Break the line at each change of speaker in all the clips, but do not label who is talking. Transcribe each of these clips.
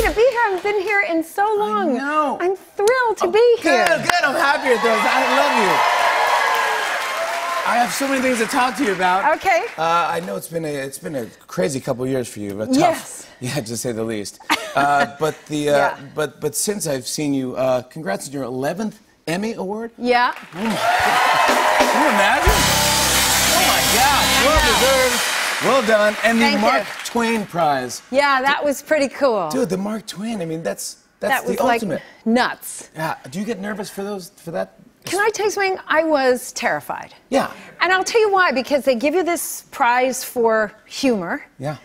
haven't been here in so long.
know.
I'm thrilled to be here.
Good, good. I'm happy at those. I love you. I have so many things to talk to you about.
Okay.
Uh, I know it's been a it's been a crazy couple years for you, but tough.
Yes.
Yeah, to say the least. Uh, but the uh,
Yeah.
but but since I've seen you, uh, congrats on your 11th Emmy award.
Yeah.
Can you imagine? Oh my gosh! Well deserved. Well done. And the
Thank you.
Mark Twain Prize.
Yeah, that was pretty cool.
Dude, the Mark Twain. I mean, that's
that
that's the
was
ultimate.
like nuts.
yeah. Do you get nervous for those for that?
Can I tell you something? I was terrified.
Yeah.
And I'll tell you why, because they give you this prize for humor.
Yeah.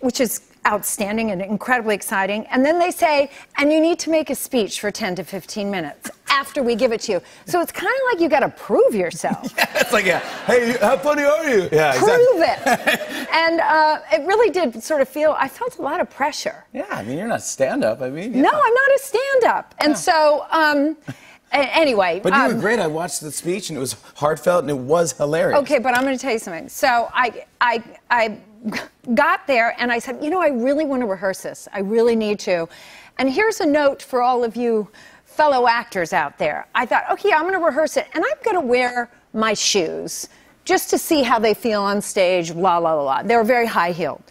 which is outstanding and incredibly exciting. And then they say, and you need to make a speech for 10 to 15 minutes after we give it to you. So it's kind of like you got to prove yourself.
It's like, yeah, hey, how funny are you? Yeah,
Prove it. and uh, it really did sort of feel, I felt a lot of pressure.
Yeah, I mean, you're not stand up. I mean,
No,
yeah.
I'm not a stand up. And
Yeah.
so, um, a- anyway.
But you
um,
were great. I watched the speech and it was heartfelt and it was hilarious.
Okay, but I'm going to tell you something. So I, I, I got there and I said, you know, I really want to rehearse this. I really need to. And here's a note for all of you fellow actors out there. I thought, okay, I'm going to rehearse it and I'm going to wear my shoes just to see how they feel on stage, la, la, la, la. They were very high heeled.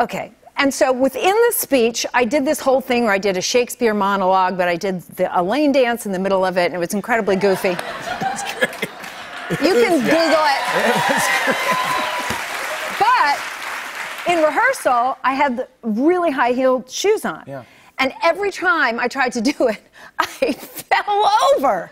Okay. And so within the speech, I did this whole thing where I did a Shakespeare monologue, but I did the Elaine dance in the middle of it, and it was incredibly goofy.
That's great.
You can Google it. But in rehearsal, I had the really high heeled shoes on.
Yeah.
And every time I tried to do it, I fell over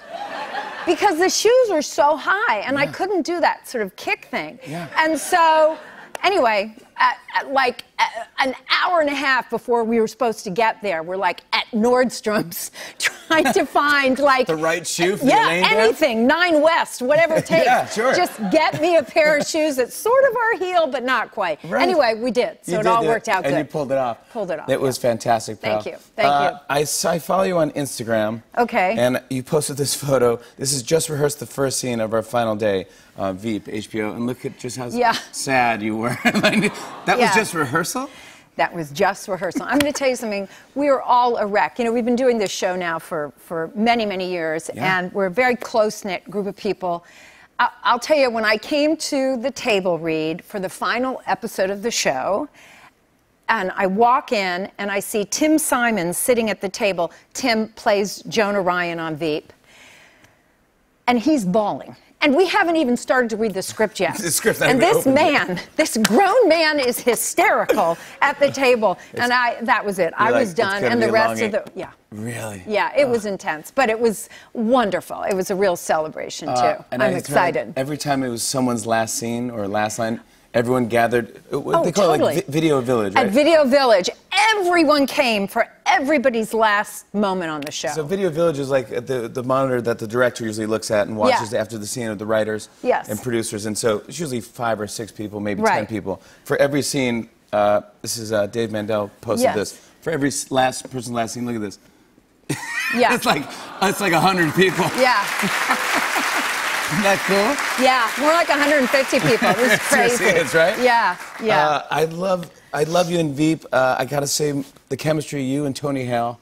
because the shoes were so high and I
Yeah.
couldn't do that sort of kick thing.
Yeah.
And so, anyway, at, at like uh an hour and a half before we were supposed to get there, we're like at Nordstrom's trying to find like
The right shoe for the
yeah,
lane dance?
anything, Nine West, whatever it takes.
Yeah, sure.
Just get me a pair of shoes that's sort of our heel, but not quite.
Right.
Anyway, we did. So
You
it
did
all
do
worked out
and
good.
you pulled it off.
Pulled it off,
It was
yeah.
fantastic, pal.
Thank you. Thank
Uh,
you.
I, s- I follow you on Instagram.
Okay.
And you posted this photo. This is just rehearsed the first scene of our final day, uh, Veep, HBO. And look at just how
Yeah.
sad you were. Like, that
Yeah.
was just rehearsal?
That was just rehearsal. I'm going to tell you something. We are all a wreck. You know, we've been doing this show now for, for many, many years,
Yeah.
and we're a very close knit group of people. I- I'll tell you, when I came to the table read for the final episode of the show, and I walk in and I see Tim Simon sitting at the table. Tim plays Jonah Ryan on Veep, and he's bawling. And we haven't even started to read the script yet.
The script's not
and
even
this
open yet.
man man, this grown man is hysterical at the table. And I that was it. I
like,
was
it's
done.
gonna
And
be Ah.
the
a
rest
long
of the
eight.
yeah.
Really?
Yeah, it was intense, but it was wonderful. It was a real celebration
Uh,
too.
and I
I'm
just remember
excited.
Every time it was someone's last scene or last line, everyone gathered. uh, What
Oh,
they call
totally.
it like vi- video village, right?
At Video Village, everyone came for everybody's last moment on the show.
so video village is like the, the monitor that the director usually looks at and watches
Yeah.
after the scene of the writers
Yes.
and producers. And so it's usually five or six people, maybe ten
Right.
people for every scene. Uh, this is uh, Dave Mandel posted
Yes.
this. For every s- last person's last scene, look at this.
yeah.
It's like it's like hundred people.
yeah,
Isn't that cool?
yeah, more like 150 people. It was
Seriously,
crazy.
it's right?
Yeah, yeah.
Uh, I love I love you and Veep. Uh, I gotta say the chemistry you and Tony Hale.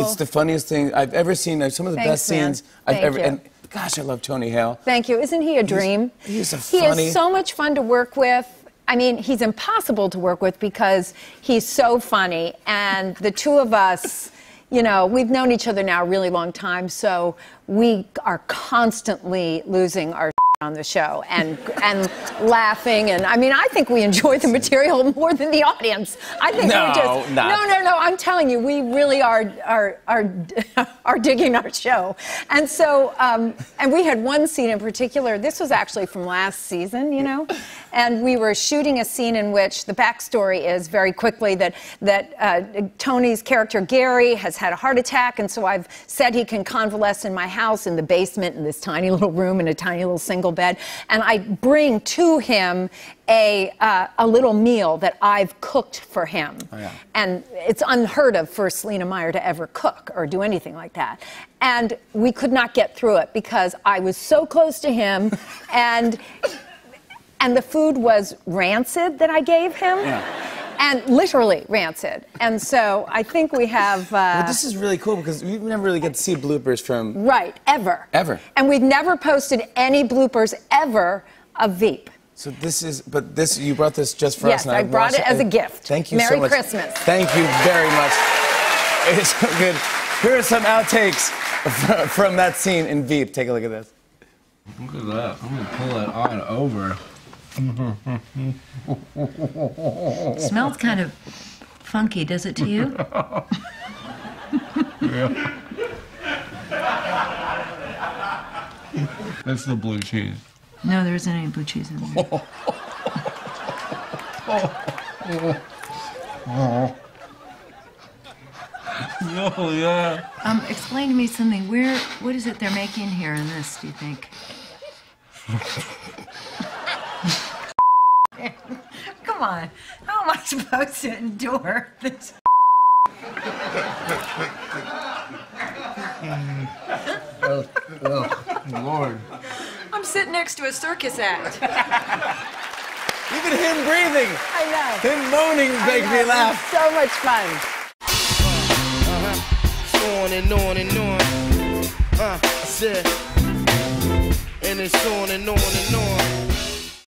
It's the funniest thing I've ever seen. Like, Some of the
Oh. Thanks,
best
man.
scenes I've
Thank
ever.
you.
And gosh, I love Tony Hale.
Thank you. Isn't he a dream?
he's a
He
funny-
is so much fun to work with. I mean, he's impossible to work with because he's so funny. And the two of us, you know, we've known each other now a really long time, so we are constantly losing our on the show and and laughing and I mean I think we enjoy the material more than the audience. I think
No,
we just
no.
no no no I'm telling you we really are are are are digging our show. And so um, and we had one scene in particular. This was actually from last season, you know, and we were shooting a scene in which the backstory is very quickly that that uh, Tony's character Gary has had a heart attack and so I've said he can convalesce in my house in the basement in this tiny little room in a tiny little single bed, and I bring to him a uh, a little meal that I've cooked for him,
Oh, yeah.
and it's unheard of for Selena Meyer to ever cook or do anything like that. And we could not get through it because I was so close to him, and and the food was rancid that I gave him.
Yeah.
and literally rancid. And so I think we have. Uh,
But this is really cool because we never really get to see bloopers from.
Right, ever.
Ever.
And we've never posted any bloopers ever of Veep.
So this is, but this you brought this just for
Yes,
us. and
I
I've
brought
watched
it as a
and
gift.
Thank you
Merry
so much.
Christmas.
Thank you very much. It is so good. Here are some outtakes fr- from that scene in Veep. Take a look at this.
Look at that. I'm gonna pull it on over.
Smells kind of funky, does it to you?
That's the blue cheese.
No, there isn't any blue cheese in there.
Oh yeah.
Um, explain to me something. Where, what is it they're making here in this? Do you think? Come on, how am I supposed to endure this?
Lord.
I'm sitting next to a circus act.
Even him breathing,
I know.
him moaning,
I
makes me
know.
laugh.
So much fun.
on and on and on. Uh, I said, and it's on and on and on.